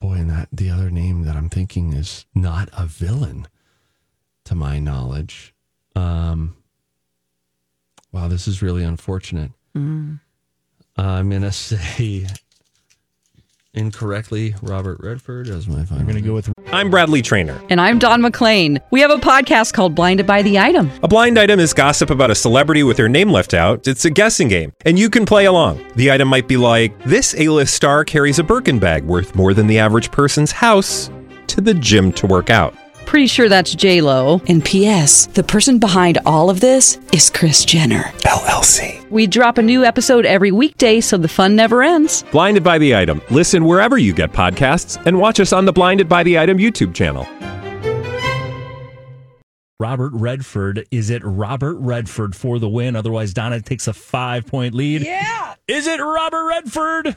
Speaker 2: boy, and that the other name that I'm thinking is not a villain, to my knowledge. Um, wow, this is really unfortunate.
Speaker 1: Mm.
Speaker 2: I'm gonna say incorrectly Robert Redford as my final. I'm gonna
Speaker 3: go with
Speaker 14: I'm Bradley Trainer.
Speaker 15: And I'm Don McClain. We have a podcast called Blinded by the Item.
Speaker 14: A blind item is gossip about a celebrity with their name left out. It's a guessing game, and you can play along. The item might be like this: A-list star carries a Birkin bag worth more than the average person's house to the gym to work out.
Speaker 15: Pretty sure that's J Lo. And P.S. The person behind all of this is Chris Jenner LLC. We drop a new episode every weekday, so the fun never ends.
Speaker 14: Blinded by the item. Listen wherever you get podcasts, and watch us on the Blinded by the Item YouTube channel.
Speaker 3: Robert Redford. Is it Robert Redford for the win? Otherwise, Donna takes a five point lead.
Speaker 1: Yeah.
Speaker 3: Is it Robert Redford?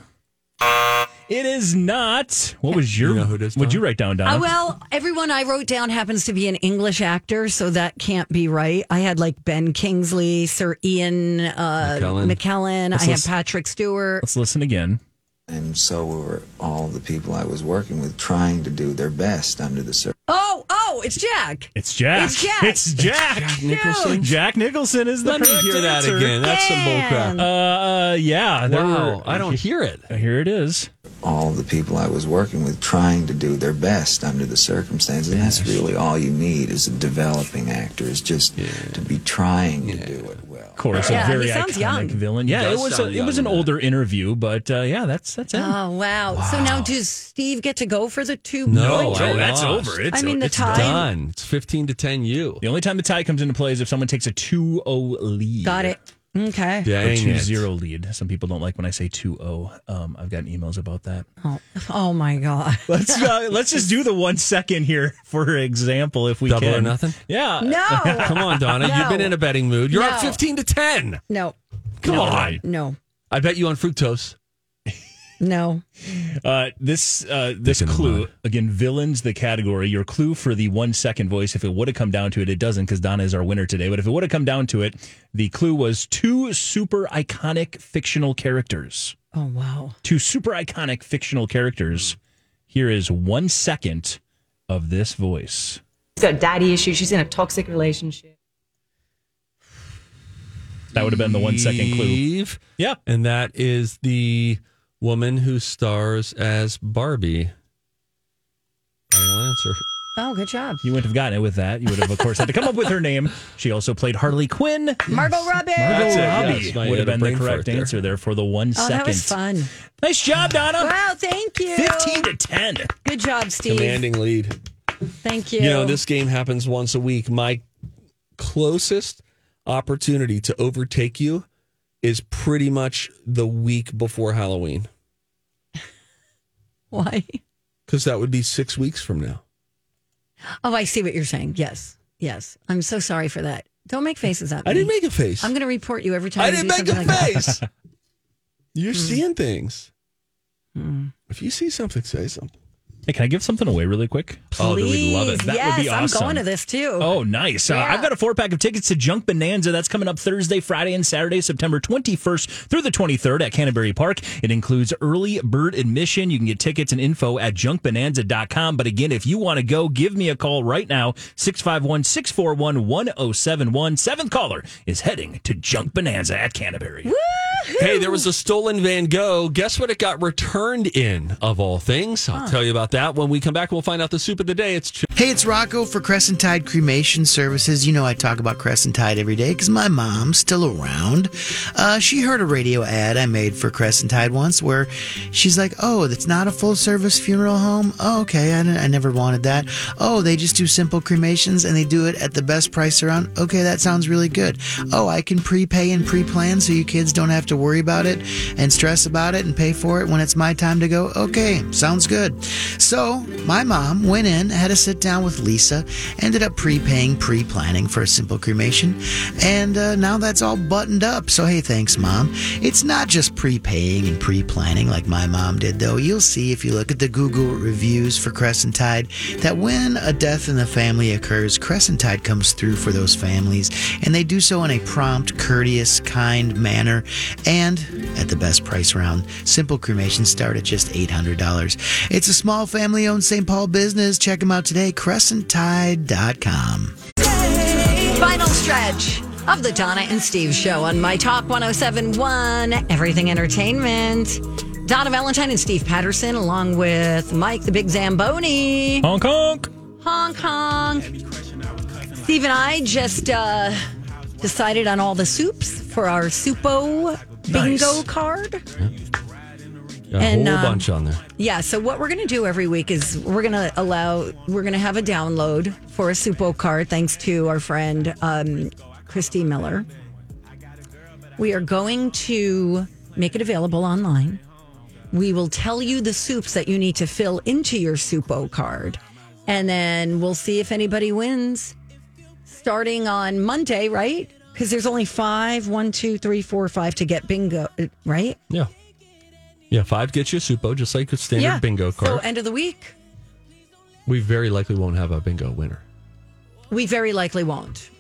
Speaker 3: It is not. What was your?
Speaker 2: You know who it is,
Speaker 3: what'd
Speaker 2: Donna?
Speaker 3: you write down, Donna?
Speaker 1: Uh, well, everyone I wrote down happens to be an English actor, so that can't be right. I had like Ben Kingsley, Sir Ian uh,
Speaker 2: McKellen.
Speaker 1: McKellen.
Speaker 2: Let's
Speaker 1: I had
Speaker 2: listen.
Speaker 1: Patrick Stewart.
Speaker 3: Let's listen again.
Speaker 13: And so were all the people I was working with trying to do their best under the circumstances.
Speaker 1: Oh, oh, it's Jack.
Speaker 3: It's Jack.
Speaker 1: It's Jack.
Speaker 3: It's Jack.
Speaker 2: Jack Nicholson.
Speaker 3: Jack Nicholson is the
Speaker 2: Let me
Speaker 3: correct
Speaker 2: hear that
Speaker 3: answer.
Speaker 2: again. That's some bullcrap.
Speaker 1: Man.
Speaker 3: Uh, yeah. there
Speaker 2: Wow,
Speaker 3: were- Uh,
Speaker 2: I don't hear it.
Speaker 3: Here it is.
Speaker 13: All the people I was working with trying to do their best under the circumstances. And that's really all you need as a developing actor is just to be trying to do it well.
Speaker 3: Of course,
Speaker 1: Yeah,
Speaker 3: a very
Speaker 1: he sounds
Speaker 3: iconic
Speaker 1: young.
Speaker 3: villain. Yeah, it
Speaker 2: does
Speaker 3: was. A,
Speaker 2: sound
Speaker 3: it was an
Speaker 2: young, man.
Speaker 3: older interview, but uh, yeah, that's that's it.
Speaker 1: Oh wow. So now does Steve get to go for the two?
Speaker 2: No,
Speaker 1: points?
Speaker 2: I
Speaker 3: that's
Speaker 2: lost.
Speaker 3: over. It's,
Speaker 1: I mean, the
Speaker 3: it's
Speaker 1: tie-
Speaker 2: Done. It's 15 to 10 you.
Speaker 3: The only time the tie comes into play is if someone takes a 2 0 lead.
Speaker 1: Got it. Okay.
Speaker 3: Or
Speaker 2: Dang
Speaker 3: 2
Speaker 2: it.
Speaker 3: 0 lead. Some people don't like when I say 2 0. Um, I've gotten emails about that.
Speaker 1: Oh, oh my god.
Speaker 3: Let's uh, let's just do the one second here, for example, if we
Speaker 2: Double
Speaker 3: can.
Speaker 2: or nothing?
Speaker 3: Yeah.
Speaker 1: No.
Speaker 2: Come on, Donna. You've
Speaker 1: No.
Speaker 2: been in a betting mood. You're up
Speaker 1: No.
Speaker 2: 15 to 10.
Speaker 1: No.
Speaker 2: Come
Speaker 3: No.
Speaker 2: on.
Speaker 1: No.
Speaker 2: I bet you on fructose.
Speaker 1: No.
Speaker 3: Uh, this uh, this
Speaker 2: Thinking
Speaker 3: clue
Speaker 2: aloud.
Speaker 3: again, villains the category. Your clue for the one second voice. If it would have come down to it, it doesn't because Donna is our winner today. But if it would have come down to it, the clue was two super iconic fictional characters.
Speaker 1: Oh wow.
Speaker 3: Two super iconic fictional characters. Here is one second of this voice.
Speaker 16: She's got daddy issues. She's in a toxic relationship.
Speaker 3: That would have been the one second clue.
Speaker 2: Eve,
Speaker 3: Yeah.
Speaker 2: And that is the woman who stars as Barbie. Final answer.
Speaker 1: Oh, good job.
Speaker 3: You wouldn't have gotten it with that. You would have, of course, had to come up with her name. She also played Harley Quinn.
Speaker 1: Margot Robbie.
Speaker 3: Margot
Speaker 2: That's it,
Speaker 3: Robbie
Speaker 2: yes. My-
Speaker 3: would have
Speaker 2: I
Speaker 3: been
Speaker 2: had a
Speaker 3: the
Speaker 2: brain fart
Speaker 3: correct
Speaker 2: there.
Speaker 3: answer there for the one
Speaker 1: Oh,
Speaker 3: second.
Speaker 1: that was fun.
Speaker 3: Nice job, Donna.
Speaker 1: Wow, thank you.
Speaker 3: 15 to 10.
Speaker 1: Good job, Steve.
Speaker 2: Commanding lead.
Speaker 1: Thank you.
Speaker 2: You know, this game happens once a week. My closest opportunity to overtake you is pretty much the week before Halloween,
Speaker 1: Why?
Speaker 2: because that would be six weeks from now.
Speaker 1: Oh, I see what you're saying. Yes. Yes. I'm so sorry for that. Don't make faces at me.
Speaker 2: I didn't make a face.
Speaker 1: I'm going to report you every time.
Speaker 2: I
Speaker 1: you
Speaker 2: didn't
Speaker 1: do
Speaker 2: make a
Speaker 1: something like that. Hmm.
Speaker 2: face. You're seeing things. If you see something, say something.
Speaker 3: Hey, can I give something away really quick? Oh, then we'd love it.
Speaker 1: Please.
Speaker 3: That
Speaker 1: yes,
Speaker 3: would be awesome.
Speaker 1: I'm going to this too.
Speaker 3: Oh, nice. Uh, I've got a four pack of tickets to Junk Bonanza. That's coming up Thursday, Friday, and Saturday, September 21st through the 23rd at Canterbury Park. It includes early bird admission. You can get tickets and info at junkbonanza.com. But again, if you want to go, give me a call right now 651 641 1071. Seventh caller is heading to Junk Bonanza at Canterbury.
Speaker 2: Hey, there was a stolen Van Gogh. Guess what it got returned in, of all things? I'll tell you about that when we come back. We'll find out the soup of the day. It's ch-
Speaker 7: Hey, it's Rocco for Crescent Tide Cremation Services. You know, I talk about Crescent Tide every day because my mom's still around. Uh, she heard a radio ad I made for Crescent Tide once where she's like, Oh, that's not a full service funeral home? Oh, okay. I, didn't- I never wanted that. Oh, they just do simple cremations and they do it at the best price around. Okay, that sounds really good. Oh, I can prepay and pre plan so you kids don't have to worry about it and stress about it and pay for it when it's my time to go. Okay, sounds good. So my mom went in, had a sit down with Lisa, ended up prepaying, pre planning for a simple cremation, and uh, now that's all buttoned up. So hey, thanks, mom. It's not just prepaying and pre planning like my mom did, though. You'll see if you look at the Google reviews for Crescent Tide that when a death in the family occurs, Crescent Tide comes through for those families, and they do so in a prompt, courteous, kind manner, and at the best price round. Simple cremations start at just $800. It's a small family owned St. Paul business. Check them out today, crescenttide.com.
Speaker 1: Final stretch of the Donna and Steve show on My Talk 1071, Everything Entertainment. Donna Valentine and Steve Patterson, along with Mike the Big Zamboni.
Speaker 3: Hong Kong.
Speaker 1: Hong Kong. Steve and I just uh, decided on all the soups for our Supo bingo
Speaker 2: Nice.
Speaker 1: card.
Speaker 2: got a
Speaker 1: And,
Speaker 2: whole
Speaker 1: um,
Speaker 2: bunch on there.
Speaker 1: Yeah, so what we're going to do every week is we're going to allow, we're going to have a download for a Supo card, thanks to our friend um, Christy Miller. We are going to make it available online. We will tell you the soups that you need to fill into your Supo card, and then we'll see if anybody wins starting on Monday, right? Because there's only five, one, two, three, four, five to get bingo, uh, right?
Speaker 2: Yeah. Yeah, five gets you a supo, just like a standard bingo
Speaker 1: So
Speaker 2: card.
Speaker 1: end of the week.
Speaker 2: we very likely won't have a bingo winner.
Speaker 1: We very likely won't,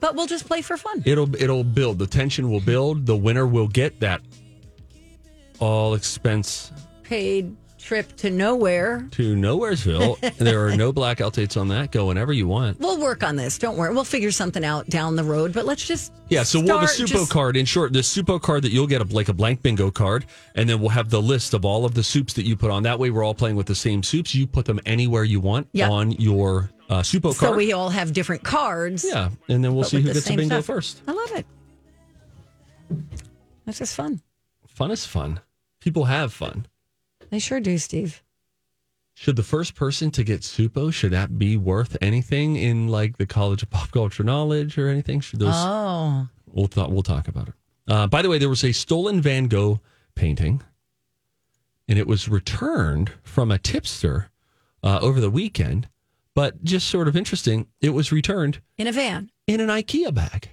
Speaker 1: but we'll just play for fun.
Speaker 2: It'll it'll build. The tension will build. The winner will get that all expense
Speaker 1: Paid trip to nowhere.
Speaker 2: to Nowheresville. there are no blackout dates on that. Go whenever you want.
Speaker 1: We'll work on this. Don't worry. We'll figure something out down the road. But let's just
Speaker 2: Yeah, so we'll have a
Speaker 1: start
Speaker 2: Supo
Speaker 1: just-
Speaker 2: card. In short, the Supo card that you'll get, a, like a blank bingo card, and then we'll have the list of all of the soups that you put on. That way, we're all playing with the same soups. You put them anywhere you want
Speaker 1: Yeah.
Speaker 2: on your uh, Supo
Speaker 1: So
Speaker 2: card.
Speaker 1: we all have different cards.
Speaker 2: yeah, and then we'll
Speaker 1: but
Speaker 2: see
Speaker 1: with
Speaker 2: who
Speaker 1: the
Speaker 2: gets the
Speaker 1: same
Speaker 2: bingo
Speaker 1: stuff.
Speaker 2: first.
Speaker 1: I love it. That's just fun.
Speaker 2: Fun is fun. People have fun.
Speaker 1: They sure do, Steve.
Speaker 2: Should the first person to get Supo should that be worth anything in like the College of Pop Culture Knowledge or anything? Should those?
Speaker 1: Oh,
Speaker 2: We'll th- we'll talk about it. Uh, by the way, there was a stolen Van Gogh painting, and it was returned from a tipster uh, over the weekend. But just sort of interesting, it was returned
Speaker 1: in a van.
Speaker 2: in an IKEA bag.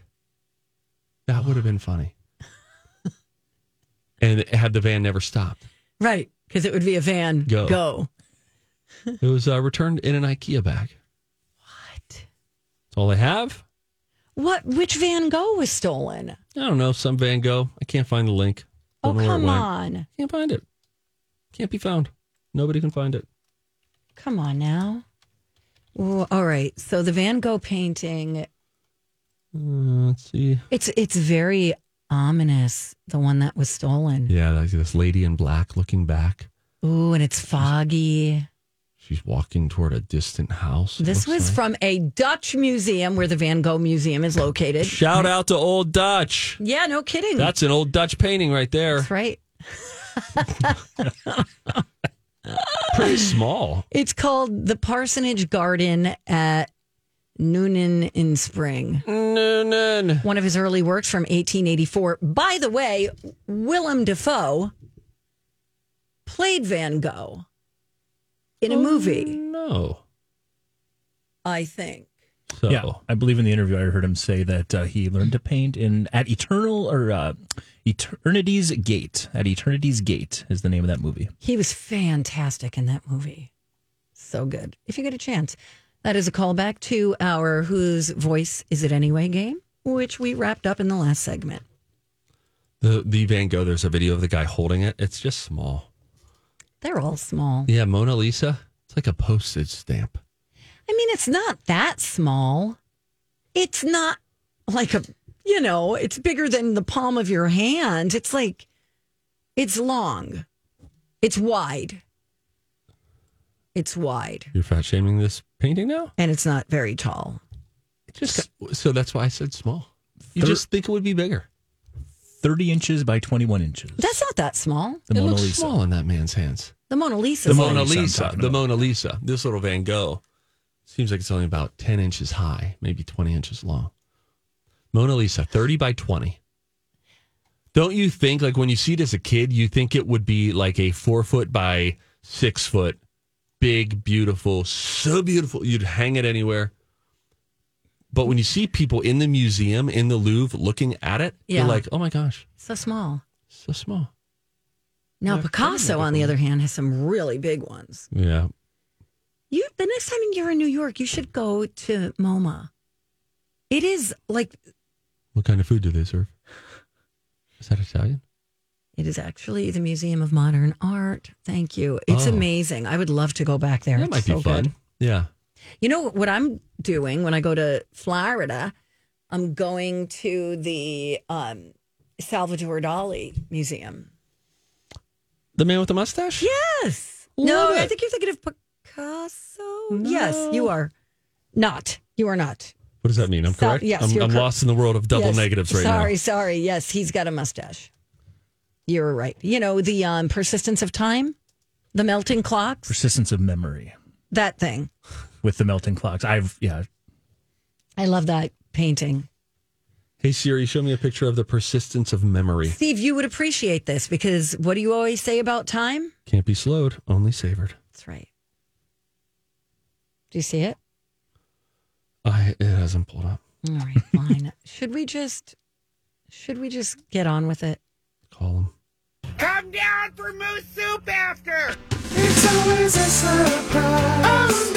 Speaker 2: That would have been funny. and had the van never stopped,
Speaker 1: Right. Because it would be a van.
Speaker 2: Go.
Speaker 1: Go.
Speaker 2: it was uh, returned in an IKEA bag.
Speaker 1: What?
Speaker 2: That's all I have.
Speaker 1: What? Which Van Gogh was stolen?
Speaker 2: I don't know some Van Gogh. I can't find the link.
Speaker 1: Oh,
Speaker 2: Don't know where it
Speaker 1: come
Speaker 2: went.
Speaker 1: on.
Speaker 2: Can't find it. Can't be found. Nobody can find it.
Speaker 1: Come on now. Ooh, all right. So the Van Gogh painting,
Speaker 2: Uh, let's see.
Speaker 1: it's it's very ominous, the one that was stolen.
Speaker 2: Yeah, like this lady in black looking back.
Speaker 1: Ooh, and it's foggy.
Speaker 2: She's walking toward a distant house. it
Speaker 1: This
Speaker 2: looks
Speaker 1: was
Speaker 2: like.
Speaker 1: from a Dutch museum where the Van Gogh Museum is located.
Speaker 2: Shout out to Old Dutch.
Speaker 1: Yeah, no kidding.
Speaker 2: That's an old Dutch painting right there.
Speaker 1: That's right.
Speaker 2: Pretty small.
Speaker 1: It's called the Parsonage Garden at Noonan in Spring.
Speaker 2: Noonan.
Speaker 1: One of his early works from 1884. By the way, Willem Dafoe played Van Gogh in a
Speaker 2: Oh.
Speaker 1: movie,
Speaker 2: No.
Speaker 1: I think.
Speaker 2: So.
Speaker 3: Yeah, I believe in the interview I heard him say that uh, he learned to paint in at Eternal or uh, Eternity's Gate. At Eternity's Gate is the name of that movie.
Speaker 1: He was fantastic in that movie. So good. If you get a chance, that is a callback to our Whose Voice Is It Anyway game, which we wrapped up in the last segment.
Speaker 2: The the Van Gogh. There's a video of the guy holding it. It's just small.
Speaker 1: They're all small.
Speaker 2: Yeah, Mona Lisa. It's like a postage stamp.
Speaker 1: I mean, it's not that small. It's not like a, you know, it's bigger than the palm of your hand. It's like, it's long, it's wide, it's wide,
Speaker 2: You're fat shaming this painting now.
Speaker 1: and it's not very tall.
Speaker 2: Just so that's why I said small. You just think it would be bigger.
Speaker 3: Thirty inches by twenty-one inches.
Speaker 1: That's not that small.
Speaker 3: The
Speaker 2: it
Speaker 3: Mona
Speaker 2: looks
Speaker 3: Lisa.
Speaker 2: small in that man's hands.
Speaker 1: The Mona Lisa.
Speaker 2: The Mona
Speaker 3: Lisa I'm
Speaker 2: Lisa.
Speaker 3: talking
Speaker 2: The
Speaker 3: about.
Speaker 2: Mona Lisa. This little Van Gogh seems like it's only about 10 inches high, maybe 20 inches long. Mona Lisa, 30 by 20. Don't you think, like, when you see it as a kid, you think it would be like a four foot by six foot, big, beautiful, so beautiful. You'd hang it anywhere. But when you see people in the museum, in the Louvre, looking at it,
Speaker 1: Yeah.
Speaker 2: you're like, oh my gosh,
Speaker 1: So small.
Speaker 2: so small.
Speaker 1: Now,
Speaker 2: They're
Speaker 1: Picasso,
Speaker 2: pretty
Speaker 1: on the
Speaker 2: big.
Speaker 1: other hand, has some really big ones.
Speaker 2: Yeah.
Speaker 1: You the next time you're in New York, you should go to MoMA. It is like
Speaker 2: What kind of food do they serve? Is that Italian?
Speaker 1: it is actually the Museum of Modern Art. Thank you. It's
Speaker 2: Oh.
Speaker 1: amazing. I would love to go back there.
Speaker 2: That
Speaker 1: It's
Speaker 2: might be
Speaker 1: so
Speaker 2: fun.
Speaker 1: good.
Speaker 2: Yeah.
Speaker 1: You know what I'm doing when I go to Florida? I'm going to the um, Salvador Dali Museum.
Speaker 2: The man with the mustache?
Speaker 1: Yes. no,
Speaker 2: Love
Speaker 1: I
Speaker 2: it.
Speaker 1: think you're thinking of Picasso. Yes, you are. Not. You are not.
Speaker 2: What does that mean? I'm
Speaker 1: Sal-
Speaker 2: correct?
Speaker 1: yes,
Speaker 2: I'm,
Speaker 1: you're
Speaker 2: I'm
Speaker 1: cor-
Speaker 2: lost in the world of double
Speaker 1: Yes.
Speaker 2: negatives right
Speaker 1: sorry, Sorry,
Speaker 2: now.
Speaker 1: Yes, he's got a mustache. You're right. You know, the um, persistence of time, the melting clocks,
Speaker 3: Persistence of memory
Speaker 1: that thing.
Speaker 3: with the melting clocks. I've yeah.
Speaker 1: I love that painting.
Speaker 2: Hey, Siri, show me a picture of the persistence of memory.
Speaker 1: Steve, you would appreciate this because what do you always say about time?
Speaker 2: Can't be slowed, only savored.
Speaker 1: That's right. Do you see it?
Speaker 2: I, it hasn't pulled up.
Speaker 1: All right, fine. should we just should we just get on with it?
Speaker 2: Call him.
Speaker 9: Come down for moose soup after. It's always a surprise. Oh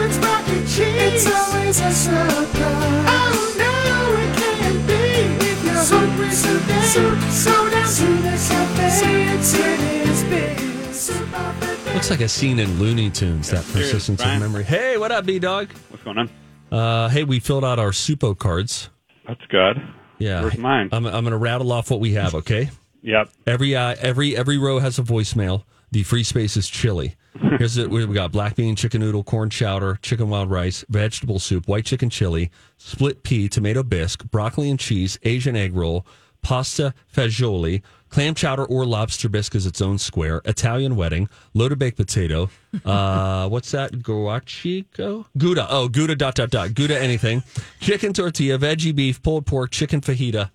Speaker 9: no, it's mac and cheese. It's always a surprise. Oh no, it can't be. If you're hungry, so then, so, so down to the cafe. It's in his big soup buffet.
Speaker 2: Looks like a scene in Looney Tunes, that
Speaker 17: Siri,
Speaker 2: persistence of
Speaker 17: Brian.
Speaker 2: memory. Hey, what up, B Dog?
Speaker 17: What's going on?
Speaker 2: Uh, hey, we filled out our Supo cards.
Speaker 17: That's good.
Speaker 2: Yeah.
Speaker 17: Where's mine?
Speaker 2: I'm, I'm going to rattle off what we have, okay?
Speaker 17: Yep.
Speaker 2: Every uh, every every row has a voicemail. The free space is chili. Here's it. We we got black bean, chicken noodle, corn chowder, chicken wild rice, vegetable soup, white chicken chili, split pea, tomato bisque, broccoli and cheese, Asian egg roll, pasta fagioli, clam chowder or lobster bisque is its own square, Italian wedding, loaded baked potato. Uh, what's that? Guachico? Gouda. Oh, Gouda dot dot dot. Gouda anything. Chicken tortilla, veggie beef, pulled pork, chicken fajita.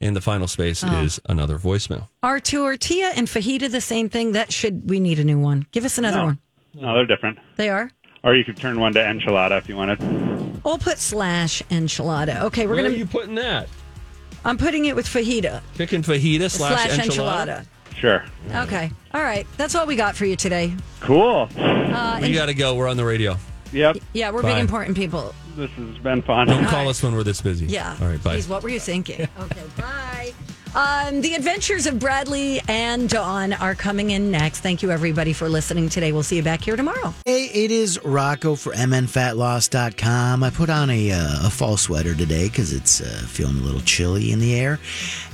Speaker 2: And the final space
Speaker 1: Oh.
Speaker 2: is another voicemail.
Speaker 1: Are tortilla and fajita the same thing? That should we need a new one. Give us another
Speaker 17: No.
Speaker 1: one.
Speaker 17: No, they're different.
Speaker 1: They are.
Speaker 17: Or you could turn one to enchilada if you wanted.
Speaker 1: We'll put slash enchilada. Okay, we're gonna.
Speaker 2: putting that?
Speaker 1: I'm putting it with fajita
Speaker 2: Chicken fajita slash, enchilada.
Speaker 17: Sure.
Speaker 1: Okay, all right. That's all we got for you today.
Speaker 17: Cool.
Speaker 1: Uh,
Speaker 2: We
Speaker 1: and-
Speaker 2: got to go. We're on the radio.
Speaker 17: Yep.
Speaker 1: yeah, we're
Speaker 2: Bye.
Speaker 1: big important people.
Speaker 17: This has been fun.
Speaker 2: Don't call us when we're this busy.
Speaker 1: Yeah.
Speaker 2: All right. Bye.
Speaker 1: Geez, what were you thinking? Okay. Bye. Um, the Adventures of Bradley and Dawn are coming in next. Thank you, everybody, for listening today. We'll see you back here tomorrow.
Speaker 7: Hey, it is Rocco for MNFatLoss.com. I put on a, uh, a fall sweater today because it's uh, feeling a little chilly in the air.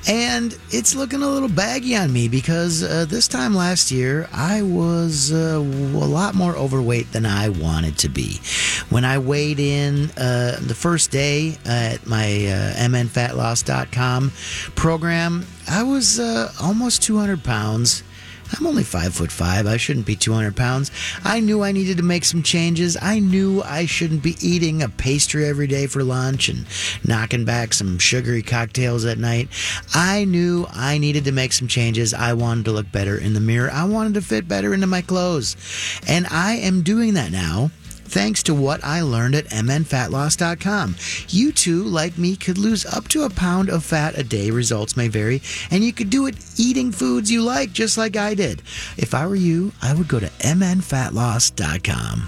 Speaker 7: And it's looking a little baggy on me because uh, this time last year, I was uh, a lot more overweight than I wanted to be. When I weighed in uh, the first day at my uh, MNFatLoss.com program, I was uh, almost 200 pounds. I'm only five foot five. I shouldn't be 200 pounds. I knew I needed to make some changes. I knew I shouldn't be eating a pastry every day for lunch and knocking back some sugary cocktails at night. I knew I needed to make some changes. I wanted to look better in the mirror. I wanted to fit better into my clothes. And I am doing that now thanks to what I learned at mnfatloss.com. You too, like me, could lose up to a pound of fat a day. Results may vary, and you could do it eating foods you like, just like I did. If I were you, I would go to mnfatloss.com.